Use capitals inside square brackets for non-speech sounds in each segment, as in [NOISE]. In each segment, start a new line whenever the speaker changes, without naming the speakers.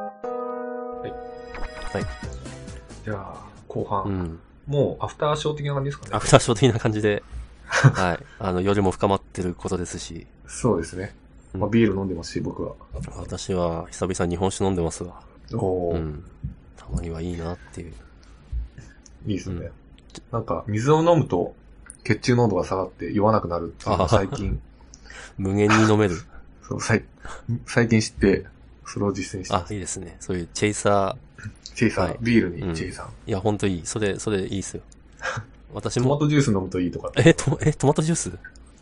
はい。
はい。
じゃあ、後半。
うん。
もう、アフターショー的な感じですか
ア
ね。
フターショー的な感じで、はい。あの、夜も深まってることですし、
そうですね。
うん
まあ、ビール飲んでますし、僕は。
私は久々に日本酒飲んでますが、
お
う
ー、
ん。たまにはいいなっていう。
いいですね。
うん
なんか、水を飲むと、血中濃度が下がって酔わなくなるっていうの
あ
が最近、
無限に飲める。
そう最最近知って、それを実践してま
あ、
す
いいですね。そういうチェイサ
チェイサー、
はい
ビールにチェイサー、
ー。いや、ほんといい。それ、それいいっすよ。私
トマ
も、
トジュース飲むといいとか、
え、と、え、トマトジュース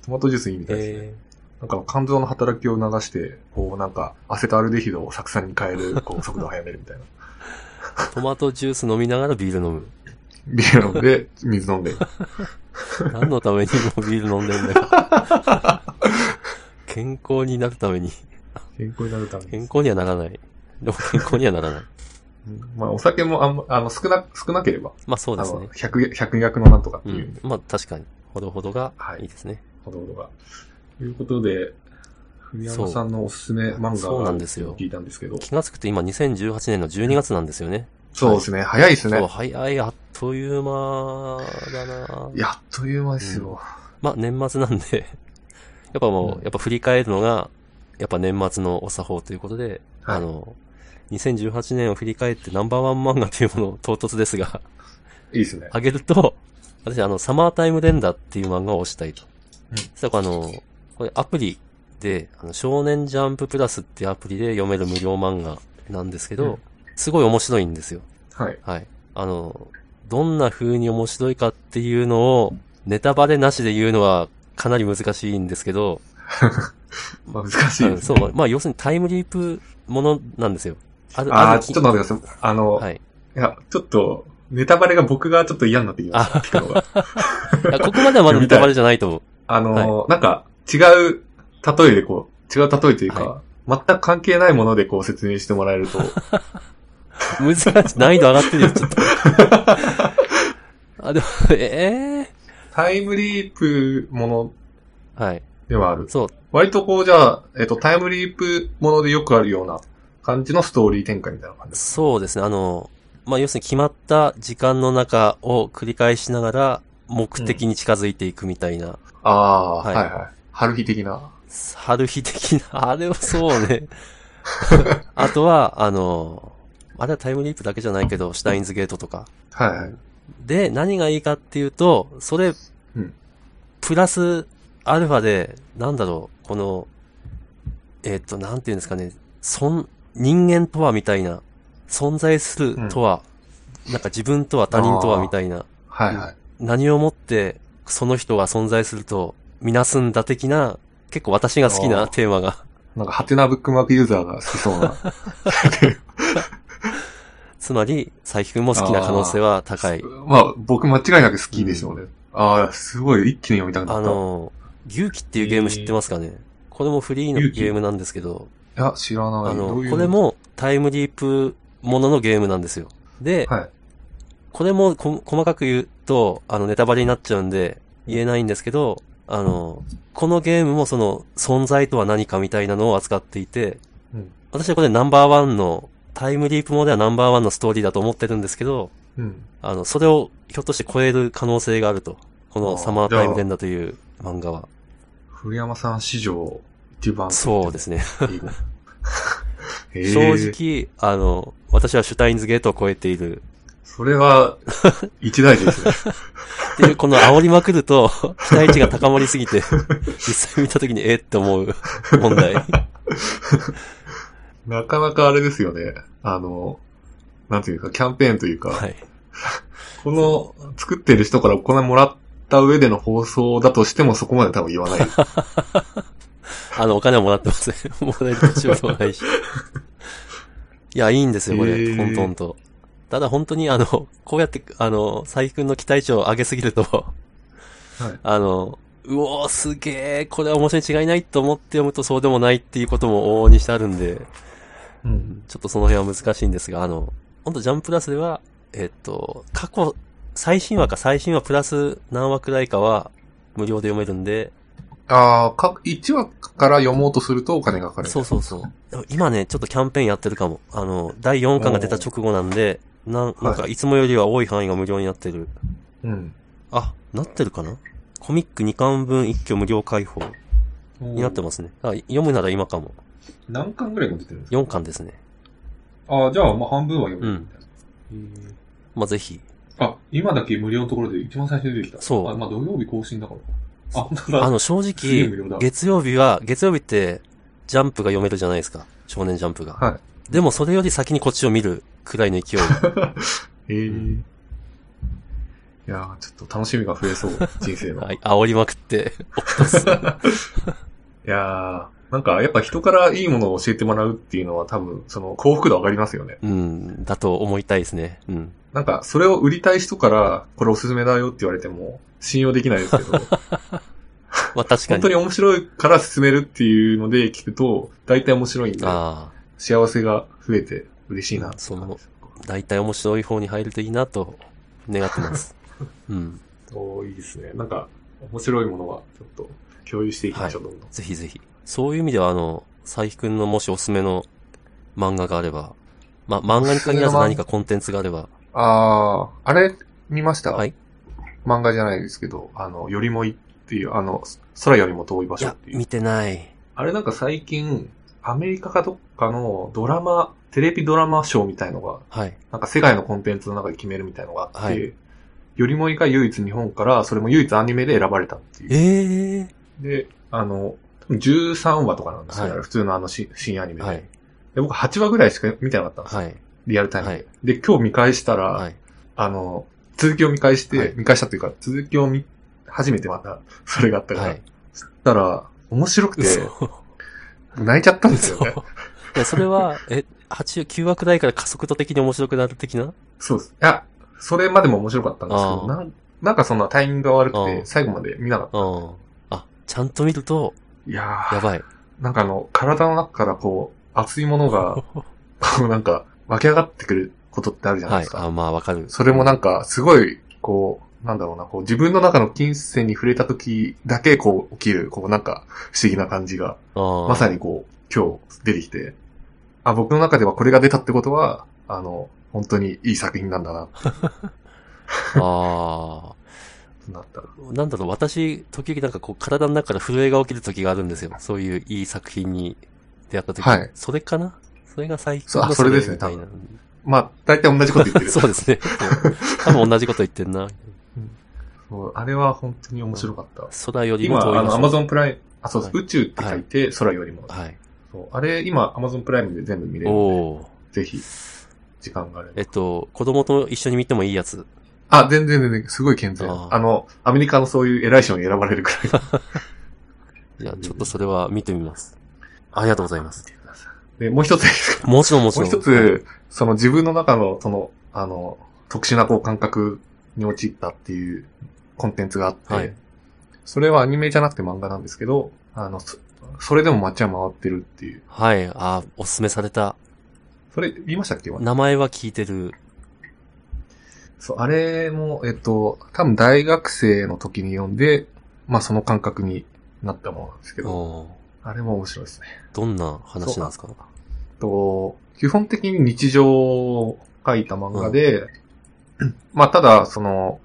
トマトジュースいいみたいですね。
え
なんか肝臓の働きを促して、こうなんかアセトアルデヒドを酢酸に変える、こう速度を速めるみ
[LAUGHS]
たいな。
ー、トマトジュース飲みながらビール飲む。
ビール飲んで、水飲んで。
何のためにもビール飲んでるんだよ。健康になるために。
健康になるため
健
に。
康にはならない。でも健康にはならない。
うんまあお酒もあんま、あの少な、少なければ。
まあそう
あ
です
の、
ね。
百、百薬のなんとかって
う
い
ん
う。
まあ確かに。ほどほどがいいですね。
ほどほどが。ということで、古山さんのおすすめ漫画
そう
が
な
あ
ん
るっ
で
て
すよ
聞いたんですけど。
気がつくと今2018年の12月なんですよね。
そうですね。早いです
そう、
ね。
早い、あっという間だな
やっという間ですよ。
まあ年末なんで、 [LAUGHS] やっぱも
うん
う、やっぱ振り返るのが、やっぱ年末のお作法ということで、
はい
あの、2018年を振り返ってナンバーワン漫画というものを唐突ですが、
いいですね。
あげると、私あの、サマータイムレンダーっていう漫画を推したいと。
うん
そしたらあの、これアプリで、あの少年ジャンププラスっていうアプリで読める無料漫画なんですけど、
うん
すごい面白いんですよ。
はい。
はい。あの、どんな風に面白いかっていうのを、ネタバレなしで言うのはかなり難しいんですけど、
まあ難しい
あ
で
の
す
そ
ね。
う、まあ要するにタイムリープものなんですよ。ある
あ
あ
あ、
る
ちょっと待ってください。あの、
はい。
いや、ちょっと、ネタバレが僕がちょっと嫌になってきまし
[LAUGHS]
た。聞くのが
いやここまではまだネタバレじゃないと思う。
あのー、なんか、違う例えでこう、違う例えというか、全く関係ないものでこう説明してもらえると、
難しい。 [LAUGHS] 難易度上がってるよ、ちょっと。あ、でも、 [LAUGHS] ええ
タイムリープもの
はい。
ではある。
そう。
割とこう、じゃあ、えっと、タイムリープものでよくあるような感じのストーリー展開みたいな感じです。
そうですね。あの、まあ、要するに決まった時間の中を繰り返しながら、目的に近づいていくみたいな、
ああ、は、
はいい
はいはい春日的な。
春日的な、あ [LAUGHS] れはそうね。あとは、あの、あれはタイムリープだけじゃないけど、シュタインズゲートとか。
はいはい。
で、何がいいかっていうと、それ、
うん
プラスアルファで、なんだろう、この、えっ、と、なんていうんですかね、そん、人間とはみたいな、存在するとは、なんか自分とは他人とはみたいな、
はいはい。
何をもってその人が存在すると、みなすんだ的な、結構私が好き
あ
な
ー
テーマが、
なんか、ハテナブックマークユーザーが好きそうな。
つまり、佐伯くんも好きな可能性 [LAUGHS] は高い。
[LAUGHS] まあ、僕間違いなく好きでしょうね。ああ、すごい、一気に読みたくな
あ
った。
の、牛気っていうゲーム知ってますかね、これもフリーの
牛鬼
ゲームなんですけど、
いや、知らない。
あの
どういう
これ、もタイムリープもののゲームなんですよ。で、
はい。
これもこ細かく言うと、あの、ネタバレになっちゃうんで、言えないんですけど、あの、このゲームもその、存在とは何かみたいなのを扱っていて、
うん
私はこれナンバーワンの、タイムリープものではナンバーワンのストーリーだと思ってるんですけど、
うん。
あの、それをひょっとして超える可能性があると。こ
あー
のサマータイムレンダという漫画は。
古山さん史上一番
そうですね。[LAUGHS]
いい。えー、
正。直、あの、私はシュタインズゲートを超えている。
それは、一大事ですね。
っていう、この煽りまくると、 [LAUGHS] 期待値が高まりすぎて、実際見た時にえーって思う問題。
なかなかあれですよね。あの、なんていうか、キャンペーンというか、
はい。
この、作ってる人からお金もらった上での放送だとしてもそこまで多分言わない。
[LAUGHS] あの、お金はもらってません。 [LAUGHS] もらえる仕事はないし。いや、いいんですよ、こ
へ
れ。
ー
トントンと。ただ本当にあの、こうやって、あの、佐伯くんの期待値を上げすぎると、
はい
あの、うおー、すげえ、これは面白いに違いないと思って読むとそうでもないっていうことも往々にしてあるんで、
うん。
ちょっとその辺は難しいんですが、あの、本当ジャンプラスでは、えっと、過去、最新話か最新話プラス何話くらいかは無料で読めるんで、
ああ、か、1話から読もうとするとお金がかかる。
そうそうそう。でも今ね、ちょっとキャンペーンやってるかも。あの、第4巻が出た直後なんで、なんなんかいつもよりは多い範囲が無料になってる。
うん。
あ、なってるかなコミック2巻分一挙無料開放になってますね。あ読むなら今かも。
何巻ぐらいが出てるんですか
4巻ですね。
ああ、じゃあ、まあ半分は読むみたいな。へ
まあ、ぜひ。
ーあ、今だけ無料のところで一番最初に出てきた。
そう
あ、まあ土曜日更新だから。あ、なん
あ
だ。
の、正
すげえ無
直
料だ、
月曜日は、月曜日って、ジャンプが読めるじゃないですか。少年ジャンプが。
は
でも、それより先にこっちを見るくらいの勢い。
い。ええいやー、ちょっと楽しみが増えそう、人生の。、
[LAUGHS] はい
[LAUGHS]
い、煽りまくって、落とす。
やー、なんかやっぱ人からいいものを教えてもらうっていうのは多分、その幸福度上がりますよね。
うん、だと思いたいですね。うん。
なんか、それを売りたい人から、これおすすめだよって言われても、信用できないですけ
[LAUGHS]
ど、
まあ、確か
本
に。
当に面白いから勧めるっていうので聞くと、大体面白いんで、
あ
幸せが増えて嬉しいな。
そのあ、だいたい面白い方に入るといいなと、願って
[LAUGHS]
ます。うん。
おーいいですね。なんか、面白いものは、ちょっと、共有していきましょう、どんどん。
ぜひぜひ。そういう意味では、あの、佐伯くんのもしおすすめの漫画があれば、まあ、漫画に限らず何かコンテンツがあれば、
あー、あれ、見ました
はい。
漫画じゃないですけど、あの、よりもいっていう、あの、空よりも遠い場
い
所っ
や、
ていう。
見てない。
あれなんか最近、アメリカかどっかのドラマ、テレビドラマショーみたいのが
はい。
なんか世界のコンテンツの中で決めるみたいのがあって、
はい
よりもいが唯一日本から、それも唯一アニメで選ばれたっていう。
ええ
で、あの、多分13話とかなんですよ、
はい
あれ普通のあのし新アニメで,、
はい。
で。僕8話ぐらいしか見てなかったんですよ、
はい。
リアルタイムで、
はい
で、今日見返したら、
はい。
あの、続きを見返して、
はい
見返したというか、続きを見、初めてまた、それがあったから、
はい。
そしたら、面白くて、
嘘。
[LAUGHS] 泣いちゃったんです
嘘
よね。。
いやそれは、え、8、9話くらいから加速度的に面白くなる的な
そうです。いや、それまでも面白かったんですけ
あ
ど、
ー
なんなんかそんなタイミングが悪く
あー
て、最後まで見なかっ
うん。あ、ちゃんと見ると、
た。いやー
やばい。
なんかあの、体の中からこう、熱い
[LAUGHS]
ものが、こうなんか、湧き上がってくることってあるじゃない
は
で
い
す。か。
あ、まあ、わかる。
それもなんか、すごい、こう、なんだろうな、こう、自分の中の金銭に触れた時だけ、こう、起きる、こう、なんか、不思議な感じが、
ま
まさ
に。
にこう、今日出てきて、あ、僕の中ではこれが出たってことは、あの、本当にいい作品なんだな、
あ
となった。
あ。なんだろう、私、時々なんかこう、体の中から震えが起きる時があるんですよ。そういういい作品に出会った時。
はい
それかなそれが最高
そう
の
あそれですね
みたいな。
まあ、大体同じこと言ってる。
そうです
[LAUGHS]
ね。そう多分同じこと言ってんな。
そうあれは本当に面白かった。
空よりも
今、
遠い
あの、アマ
場所。
ゾンプライム、あ、そうです。
は
宇宙って書いて、空よりも。
はい。
そう。あれ、今、Amazon プライムで全部見れる。
おお。
ぜひ、時間があれば。
えっと、子供と一緒に見てもいいやつ。
あ、全然全然、すごい健全。
あ
あ
ー
の、アメリカのそういう偉い賞に選ばれるく [LAUGHS] らい。
いや、ちょっとそれは見てみます。ありがとうございます。
で、もう一ついいですか、
もちろんもち
も
ろ。
うん一つ、その自分の中の、その、あの、特殊なこう感覚に陥ったっていうコンテンツがあって、
はい
それはアニメじゃなくて漫画なんですけど、あの、そそれでも街は回ってるっていう。
はい。はい。あ、おすすめされた。
それ、言いましたっけ
名前は聞いてる。
そう、あれも、えっと、多分大学生の時に読んで、まあその感覚になったものなんですけど、
おー
あれも面白いですね。
どんな話なんですか
と、基本的に日常を書いた漫画で、まあただ、その、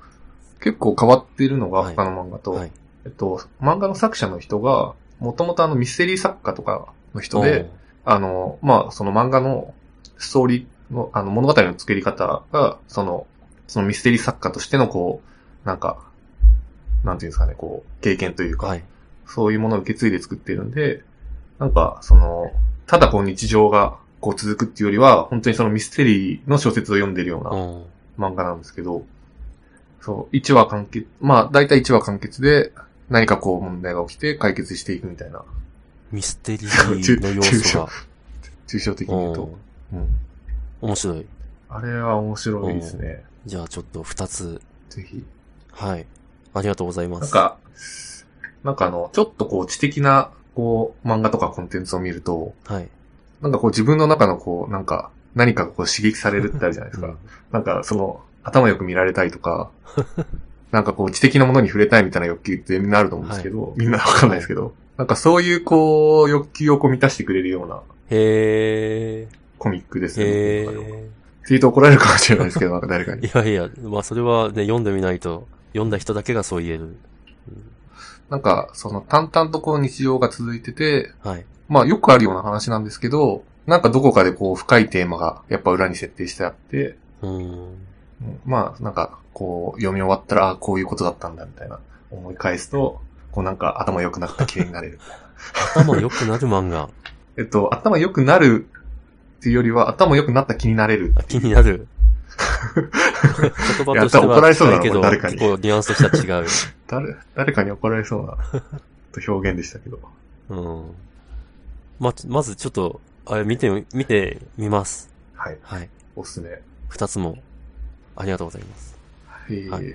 結構変わっているのが
はい
他の漫画と、
はい
えっと、漫画の作者の人が、もともとあのミステリー作家とかの人で、あの、まあ、その漫画のストーリーの、あの、物語の作り方が、その、そのミステリー作家としての、こう、なんか、なんていうんですかね、こう、経験という
おー
か、
はい。
そういうものを受け継いで作ってるんで、なんか、その、ただこう日常が、こう続くっていうよりは、本当にそのミステリーの小説を読んでるような
おー
漫画なんですけど、そう、1話完結、まあ、だいたい1話完結で、何かこう問題が起きて解決していくみたいな、
ミステリーの要素が。
抽象的に言う
お
と
ー。
うん
面
[LAUGHS]
白い。
あれは面白いですね。
じゃあちょっと二つ。
ぜひ。
はい。ありがとうございます。
なんか、なんかあの、ちょっとこう知的な、こう、漫画とかコンテンツを見ると、
はい。
なんかこう自分の中のこう、なんか、何かこう刺激されるってあるじゃないです
う
か
ん。
[LAUGHS] なんかその、頭よく見られたいとか、なんかこう知的なものに触れたいみたいな欲求ってみんなあると思うんですけど、みんなわかんないですけど、なんかそういうこう、欲求をこう満たしてくれるような
へ
コミックです
え。
よね。
へ
僕の中では
え。
ツイート怒られるかもしれないですけど、なんか誰かに。
いやいや、まあそれはね、読んでみないと、読んだ人だけがそう言える。
なんか、その淡々とこう日常が続いてて、
はい。
まあよくあるような話なんですけど、なんかどこかでこう深いテーマがやっぱ裏に設定してあって、
うーん。
うんまあなんかこう読み終わったら、あこういうことだったんだみたいな思い返すと、こうなんか頭良くなった気に
[LAUGHS]
なれる。
頭良くなる漫画。
えっと、頭良くなるっていうよりは頭良くなった気になれる。
あ気にな [LAUGHS] る。言葉として
やったら怒ら
は
れそうだな
深いけど、
これ誰かに
結構ニュアンスとしては違う。
誰、誰かに怒られそうなと表現でしたけど。
うん。ま、まずちょっと、あれ見てみ、見てみます。
はい、
はい。
おすすめ。え
二つも、ありがとうございます。
ー
はい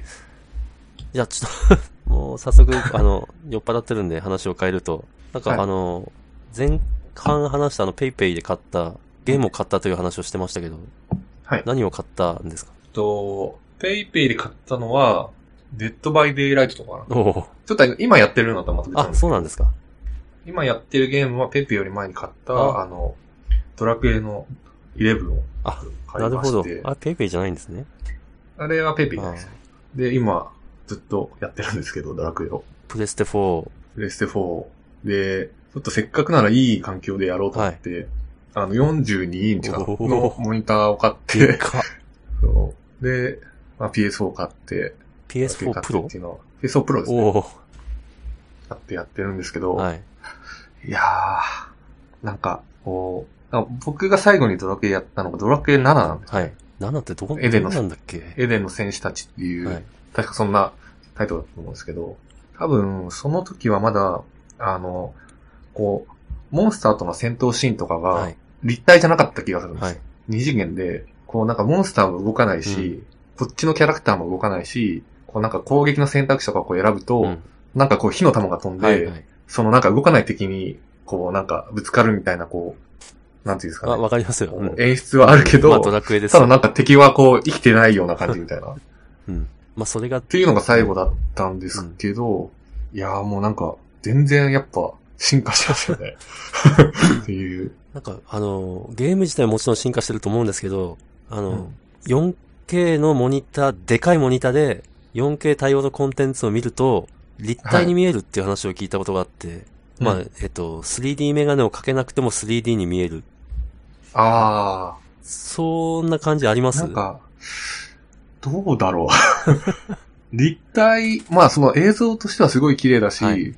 じゃあちょっと、 [LAUGHS] もう早速、あの、酔っ払ってるんで話を変えると、なんか、
はい
あの、前半話したあの、ペイペイで買った、ゲームを買ったという話をしてましたけど、
はい
何を買ったんですか
えっと、ペイペイで買ったのは、デッドバイデイライトとかな。
おお。
ちょっと今やってるのとはまた別なん
あ、
ですけ
そう
ど
なんですか。
今やってるゲームはペイペイより前に買った、
あ
あの、ドラクエの11を
あ、
買
ないる
ま
ほど
し。て、あ
あ、ペイペイじゃないんですね。
れはペイペイなん
あ
ですよ。で、今、ずっとやってるんですけど、ドラクエを。
プレステ4。
プレステ4で、ちょっとせっかくならいい環境でやろうと思って、あの、42インチかな
おー
のモニターを買っ、
でって
[LAUGHS]
か。
そうで、まあ、PS4 を買って、
PS4 プ
買って
ロ
っていうのは PS4 プロですね。
お
買ってやってるんですけど、
お。はい。
いやー、なんか、こう、なんか僕が最後にドラクエやったのがドラクエ7なんです。
はい。7ってど、ど
エデンの
んなんだっけ
エデンの戦士たちっていう、
はい。
確かそんなタイトルだと思うんですけど、多分、その時はまだ、あの、こう、モンスターとの戦闘シーンとか
は
が
い。
立体じゃなかった気がするんですよ。
はい。
二次元で、こうなんかモンスターも動かないし、こっちのキャラクターも動かないし、こうなんか攻撃の選択肢とかをこう選ぶと、
うん
なんかこう火の玉が飛んで、
はいはい。
そのなんか動かない敵に、こうなんかぶつかるみたいな、こう、なんていうんです
あ、
かね。
わかりますよ。
こ
うん
う演出はあるけど、
まあ、ドラクエです
ただ。なんか敵はこう生きてないような感じみた
[LAUGHS]
いな。っ
うん。まあ、それが、
ていうのが最後だったんですけど、いやーもうなんか全然やっぱ進化してます
[LAUGHS]
よね。っていう。
なんか、あの、ゲーム自体はもちろん進化してると思うんですけど、あ
う
の
ん、
4K のモニター、でかいモニターで、4K 対応のコンテンツを見ると、立体に見えるっていう話を聞いたことがあって、まあ
うん、
えっと、3D メガネをかけなくても 3D に見える。
あー。
そんな感じあります
なんか、どうだろう。 [LAUGHS] 立体、まあその映像としてはすごい綺麗だし、
はい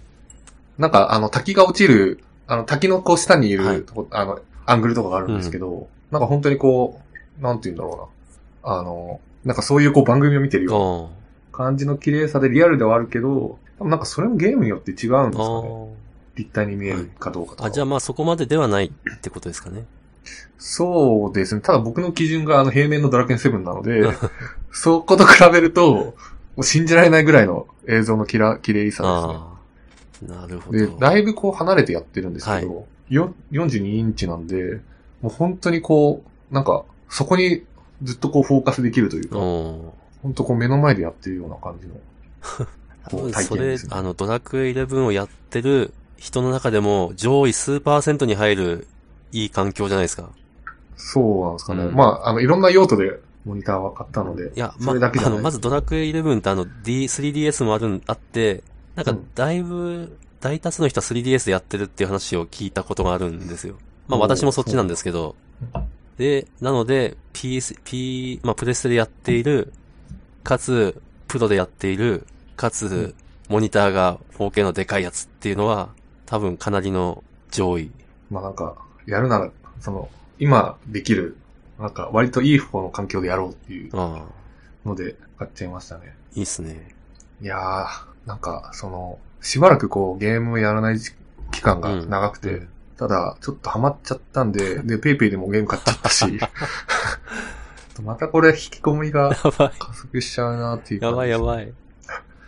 なんかあの滝が落ちる、あの滝のこう下にいる、
はい
とこあの、アングルとかがあるんですけど、なんか本当にこう、なんて言うんだろうな。あの、なんかそういうこう番組を見てるような
うん
感じの綺麗さでリアルではあるけど、でもなんかそれもゲームによって違うんです
あ
かね。立体に見えるかどうかとか
ー。あ、じゃあまあそこまでではないってことですかね。
そうですね。ただ僕の基準があの平面のドラケン7なの
[LAUGHS]
で、そこと比べると、もう信じられないぐらいの映像のきら綺麗さ
ああ。なるほ
ですね。
ど。
で、だいぶこう離れてやってるんですけど、よ42インチなんで、もう本当にこう、なんか、そこにずっとこうフォーカスできるというか、
うん。
本当こう目の前でやってるような感
[LAUGHS]
じの。
多分
体
そ
験
れ
です、ね
あの、ドラクエ11をやってる人の中でも上位数パーセントに入るいい環境じゃないですか。
そうなんですかね。
うん
まあ、あの、いろんな用途でモニターは買ったので、
いや、ま、
それだけじゃ
あ
ない
の、まずドラクエ11ってあの、D、3DS もあるん、あって、なんか
うん
だいぶ、大多数の人は 3DS でやってるっていう話を聞いたことがあるんですよ。まあ
おー
私もそっちなんですけど
そう。
で、なので、PS、P、まあプレステでやっている、かつ、プロでやっている、かつ
ん、
モニターが 4K のでかいやつっていうのは、多分かなりの上位。
まあなんか、やるなら、その、今できる、なんか割といい方の環境でやろうっていう
ああ、
ので買っちゃいましたね。
いいっすね。
いやー、なんか、その、しばらくこうゲームをやらない時期間が長くて、
うん
ただ、ちょっとハマっちゃった
[LAUGHS]
んで、で、ペイペイでもゲーム買っちゃったし、またこれ引き込みが
やばい。
加速しちゃうなっていう感
や
じ
ばいやばい。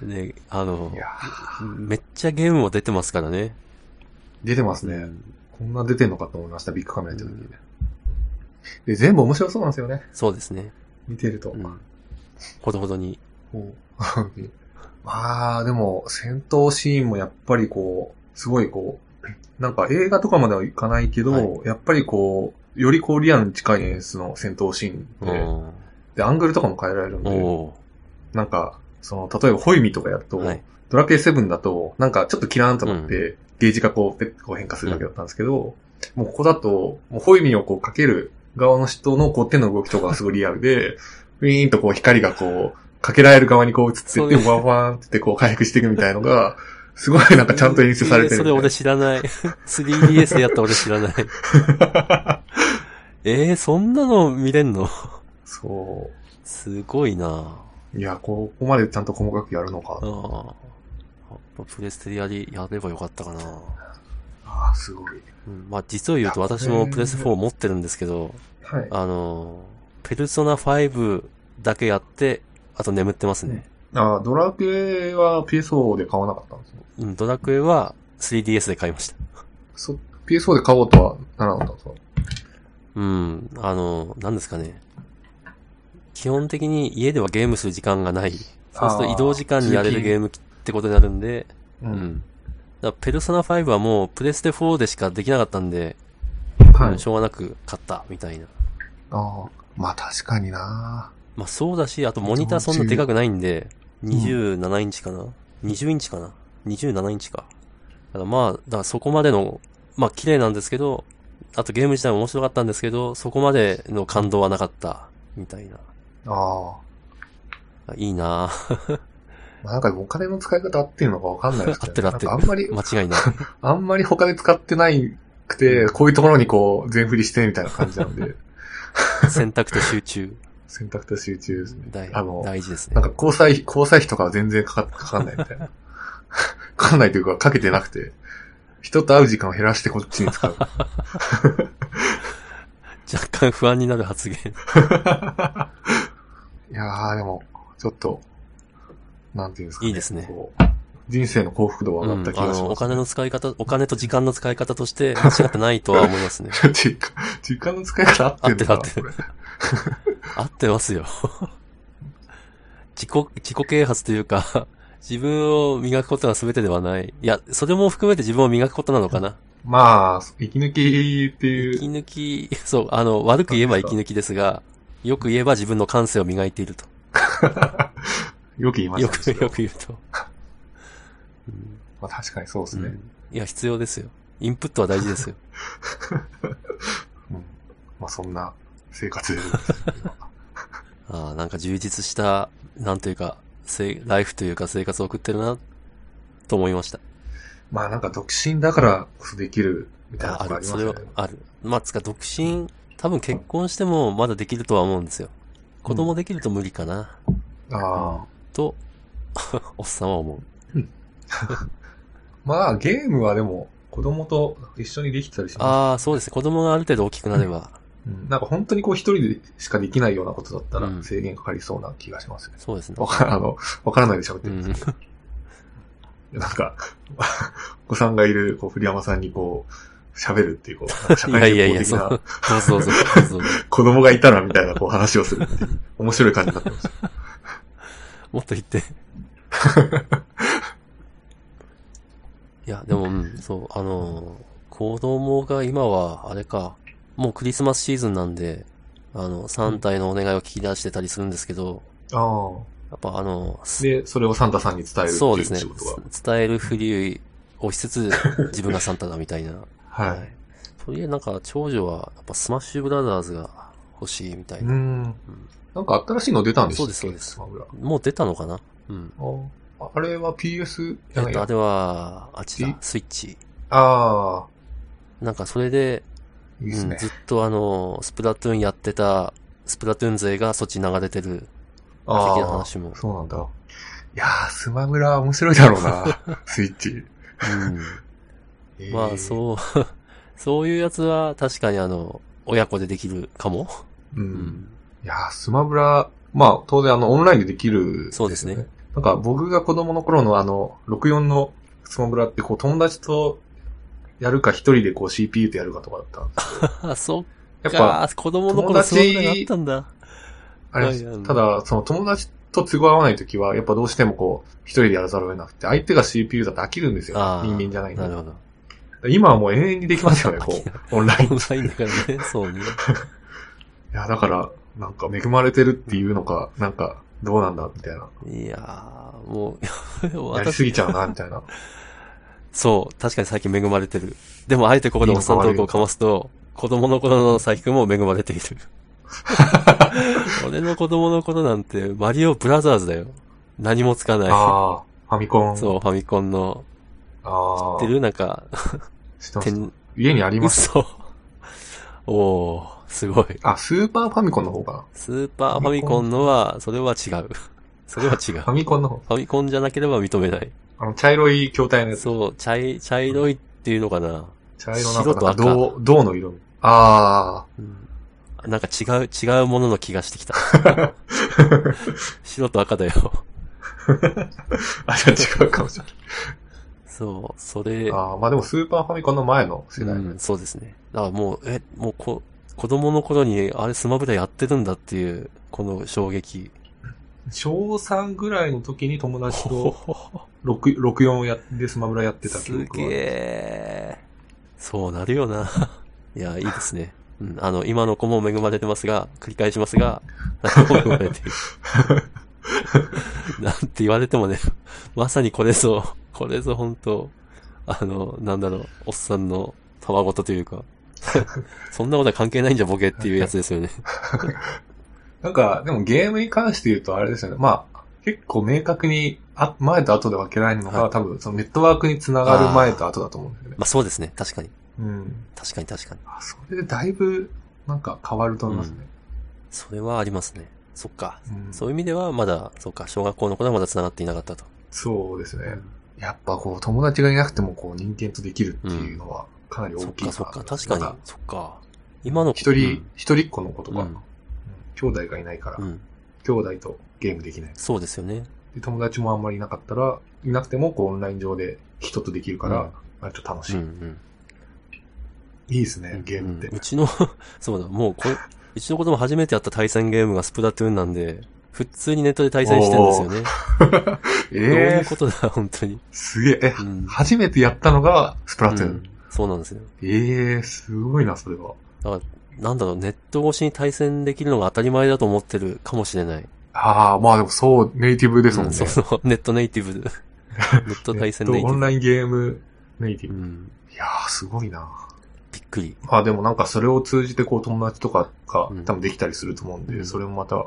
で、あの、
いやー
めっちゃゲームも出てますからね。
出てますね。
うん
こんな出てんのかと思いました、ビッグカメラやった時に、ねで、全部面白そうなんですよね。
そうですね。
見てると。
うんほどほどに。
こうま [LAUGHS] あ、でも、戦闘シーンもやっぱりこう、すごいこう、なんか映画とかまではいかないけど、
は
やっぱりこう、よりこうリアルに近い演出の戦闘シーン
う
で、
ん。
で、アングルとかも変えられるんで、
お
なんか、その、例えばホイミとかやると、
ーはい。
ドラクエ7だと、なんかちょっとキラーンとなって、ゲージがこう、ペッとこう変化するだけだったんですけど、もうここだと、もうホイミをこうかける側の人のこう手の動きとかがすごいリアルで、ウィーンとこう光がこう、かけられる側にこう映って
そ
っ
うい
て、
う
ワンワンってこう回復していくみたいのが、すごいなんかちゃんと演出されて
えー
る
それ
みたいな。
俺知らない。3DS でやった俺知らない。 [LAUGHS] えー、そんなの見れんの
[LAUGHS] そ
すごいな
う。いや、ここまでちゃんと細かくやるのか
あ。あやっぱプレステリアでやればよかったかな
ああ、すごい。
うんまあ実を言うと私もプレステ4持ってるんですけど、
はい。
あのー、ペルソナ5だけやって、あと眠ってますね。
ああ、ドラクエは PSO で買わなかったんですね。
うん、ドラクエは 3DS で買いました。
そ PSO で買おうとはならなかったんですか
うん、あの、なんですかね。基本的に家ではゲームする時間がない。そうすると移動時間にやれるゲームってことになるんで、
う。
うんん。だからペルソナ5はもうプレステ4でしかできなかったんで、
は
うん
い。
しょうがなく買ったみたいな。
ああ、まあ確かにな
まあそうだし、あとモニターそんなでかくないんで、27インチかな、?20 インチかな ?27 インチか。だからまあ、だからそこまでの、まあ綺麗なんですけど、あとゲーム自体も面白かったんですけど、そこまでの感動はなかった、みたいな。
ああ。
あいい
[LAUGHS]
なぁ
まあなんかお金の使い方合ってるのかわかんないですけど、
合ってる
なんかあんまり、
間違いない。
あんまり他で使ってないくて、こういうところにこう、全振りしてみたいな感じなんで、 [LAUGHS]
選択と集中。
選択と集中ですね。
大
あの
大事ですね
なん。か交際費、交際費とかは全然かかかかんないみたいな。 [LAUGHS] かかんないというか、かけてなくて、人と会う時間を減らしてこっちに
[LAUGHS]
使う。
若干不安になる発言。 [LAUGHS]
いやー、でも、ちょっと、なんていうんですか、
いいですね
こう人生の幸福度は上がった気
うんあ
がし
の、
ま
お
す、
金の使い方、お金と時間の使い方として間違ってないとは思い
[LAUGHS]
ますね。
時間、時間の使い方合ってるのか
合ってる
これ
合ってますよ。自己、自己啓発というか、自分を磨くことが全てではない。いや、それも含めて自分を磨くことなのかな。
まあ、息抜きってい
息
う、
抜き、そう、あの、悪く言えば息抜きですが、よく言えば自分の感性を磨いていると。
よく言いま
よ
し
く、
たね。
よく言うと。うん
まあ確かにそうですね。
うんいや、必要ですよ。インプットは大事ですよ。
うんまあそんな生活 [LAUGHS] です。
[LAUGHS] ああ、なんか充実した、なんというか、せいライフというか生活を送ってるな、と思いました。
まあなんか独身だからこそできるみたいな
あ
ことあ
る、
り
そ
ま
れ
すね
は。ある。まあ、つか独身、多分結婚してもまだできるとは思うんですよ。子供できると無理かな、
ああ
と、 [LAUGHS] おっさんは思う。
まあゲームはでも子供と一緒にできたりしま
ああ、そうですね。子供がある程度大きくなれば、
す。うんなんか本当にこう一人でしかできないようなことだった
うん
ら制限かかりそうな気がしますね。
そうですね
わ。かあの、わからないで喋って
う
るんです
ん。 [LAUGHS]
けど、なんか、お子さんがいるこう栗山さんにこう喋るっていうこう、社
いや
会
いやい
人
や、
的
そう。ど
な
うぞどうぞ、どうぞどうぞ。
子供がいたらみたいなこう話をする [LAUGHS] っていう、面白い感じになってました。
もっと言って。いや、でも、うん、そう、あのー、子供が今は、あれか、もうクリスマスシーズンなんで、あの、3体のお願いを聞き出してたりするんですけど、
あ
やっぱあの、
あ。で、それをサンタさんに伝えるって
そう
い
で
う
すね
仕事が。。
伝えるふりをしつつ、 [LAUGHS] 自分がサンタだみたいな。
はい。
い。とりえなんか、長女は、やっぱスマッシュブラザーズが欲しいみたいうな。
ん。なんか新しいの出たんです
そうですそう
で
もう出たのかなうん。
ああれは PS じ
え
ゃ
っ
ない
と、あ
や
れは、あっちだ
え、
スイッチ。
ああ、
なんかそれで、
いいです
うん
ね
ず。っとあの、スプラトゥーンやってた、スプラトゥーン勢がそっち流れてる。
あ
的な
あ、
話も
そうなんだ。いやー、スマブラ面白いだろう [LAUGHS] な、スイッチ。えー
まあ、そう、 [LAUGHS] そういうやつは確かにあの、親子でできるかも。
う。う。。
うん
いやー、スマブラ、まあ、当然あの、オンラインでできる、
そうですね。
なんか僕が子供の頃のあの、64のスマブラってこう友達とやるか一人でこう CPU とやるかとかだったんです
あ、そっ
よやっぱ、
か、子供の頃
友達
そんなのがあったんだ。
あれ
はいあの
ただ、その友達と都合合わないときは、やっぱどうしてもこう、一人でやらざるを得なくて、相手が CPU だと飽きるんですよ。
ああ。
人間じゃないんで
なるほど。
今はもう永遠にできますよね、こ
[LAUGHS]
う、オンライン。い
オンラインだからね、そうね。
や、だから、なんか恵まれてるっていうのか、なんか、どうなんだ、みたいな。
いやー、もう、 [LAUGHS]
やり
私、
すぎちゃうな、みたいな。
そう、確かに最近恵まれてる。でも、あえてここでおっさんトークをかますと、子供の頃の佐伯くんも恵まれ
[LAUGHS]
ている。俺の子供の頃なんて、マリオブラザーズだよ。何もつかな
ああ、ファミコン。
い。そう、ファミコンの、
ああ。
知ってるなんか、
知ってま
て
す
ん、
家にあります。
嘘。おー、すごい。
あ、スーパーファミコンの方かな。
スーパーファミコンのは、それは違う。それは
[LAUGHS]
違う。
ファミコンの方。
ファミコンじゃなければ認めない。
あの、茶色い筐体のやつ。
そう、茶い、茶色いっていうのかな。
茶色なん
白
か
と
なん
赤
か銅、銅の色。あ
うんなんか違う、違うものの気がしてきた。
あ。
白と赤だよ。
あ、じゃあ違うかもしれない。
そう、それ、
ああ、まあでもスーパーファミコンの前の世代。
うん、そうですね。だからもう、え、もうこ、子供の頃に、あれスマブラやってるんだっていう、この衝撃。
小3ぐらいの時に友達
ほ
と
ほほ
6 64をやってスマブラやってた記
す
憶
げ
は。
え。そうなるよな。 [LAUGHS] いや、いいですね。うん、あの、今の子も恵まれてますが、繰り返しますが、 [LAUGHS] 何も恵まれている。なんて言われてもね、まさにこれぞ、これぞ本当あの、なんだろう、おっさんのたわごとというか、 [LAUGHS] そんなことは関係ないんじゃボケっていうやつ
[LAUGHS]
ですよね。
なんか、でもゲームに関して言うとあれですよね。まあ、結構明確に、あ、前と後で分けないのが、
はい
多分、そのネットワークにつながる前と後だと思うんですよね。
まあそうですね、確かに。
うん。
確かに確かに。
あ、それでだいぶ、なんか変わると思いますね。
それはありますね。そっか。
うん
そういう意味では、まだ、そっか、小学校の頃はまだ繋がっていなかったと。
そうですね。やっぱこう、友達がいなくてもこう、人間とできるっていうのは、かなり大
そっ
きいな
かそっか、確かに
なんか。
そっか。今の子
一人、一人っ子の子と
うん、う
か、
ん
兄弟がいないから、
うん
兄弟とゲームできない。
そうですよね。
で、友達もあんまりいなかったら、いなくてもこう、オンライン上で人とできるか
うん
ら、割と楽し
う
い。
んうん。
いいですね、ゲームって。
うんうちの、 [LAUGHS] そうだ、もうこれ、うちの子供初めてやった対戦ゲームがスプラトゥーンなんで、普通にネットで対戦してるんですよね。どうい
ええ
うことだ、本当に。
すげえ。え、
うん
初めてやったのが、スプラトゥーン。
うんそうなんですよ。
ええすごいな、それは。
なんだろう、ネット越しに対戦できるのが当たり前だと思ってるかもしれない。
ああ、まあでもそう、ネイティブですもんね。
そうそう、ネットネイテ
[LAUGHS]
ィブ。ネット対戦ネイ
えっ
ティ
とオン
ブ。
ラインゲームネイティ
う
ブ。
ん、
いやー、すごいな。
びっくり。
まあでもなんかそれを通じてこう友達とかが
うん
多分できたりすると思うんで、
うん
それもまた、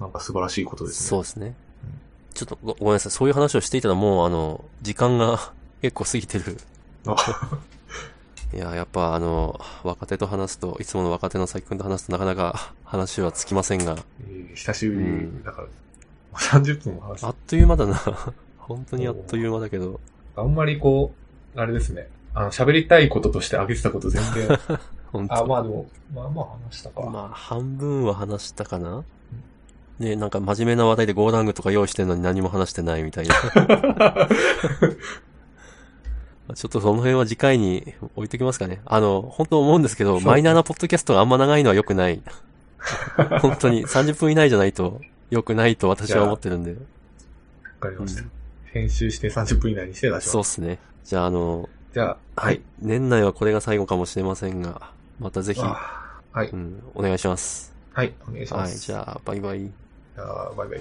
なんか素晴らしいことです
そ
ね。
うですね。ちょっとごごめんなさい。そういう話をしていたらもう、あの、時間が [LAUGHS] 結構過ぎてる。
あ
いや、やっぱあの、若手と話すと、いつもの若手の先君と話すとなかなか [LAUGHS] 話はつきませんが、
えー久しぶり、だから、もう30分も話し
あっという間だな。 [LAUGHS] 本当にあっという間だけど。
あんまりこう、あれですね。あの、喋りたいこととして挙げてたこと全
[LAUGHS]
然。
本当
あ、まあでも、まあまあ話したか。
まあ、半分は話したかなねなんか真面目な話題でゴーラングとか用意してるのに何も話してないみ
[LAUGHS]
たいな。ちょっとその辺は次回に置いときますかね。あの、本当思うんですけど、
そう
マイナーなポッドキャストがあんま長いのは良く
[LAUGHS]
ない。本当に30分以内じゃないと良くないと私は思ってるんで。
わかり
うん
ました。編集して30分以内にして出します。
そうっすね。じゃあ、あの、
じゃあ、
はい。。年内はこれが最後かもしれませんが、またぜひ、
あはい、
うん、お願いします。
はい、お願いし
は
ま
い、
す。
じゃあ、バイバイ。
じゃあ、バイバイ。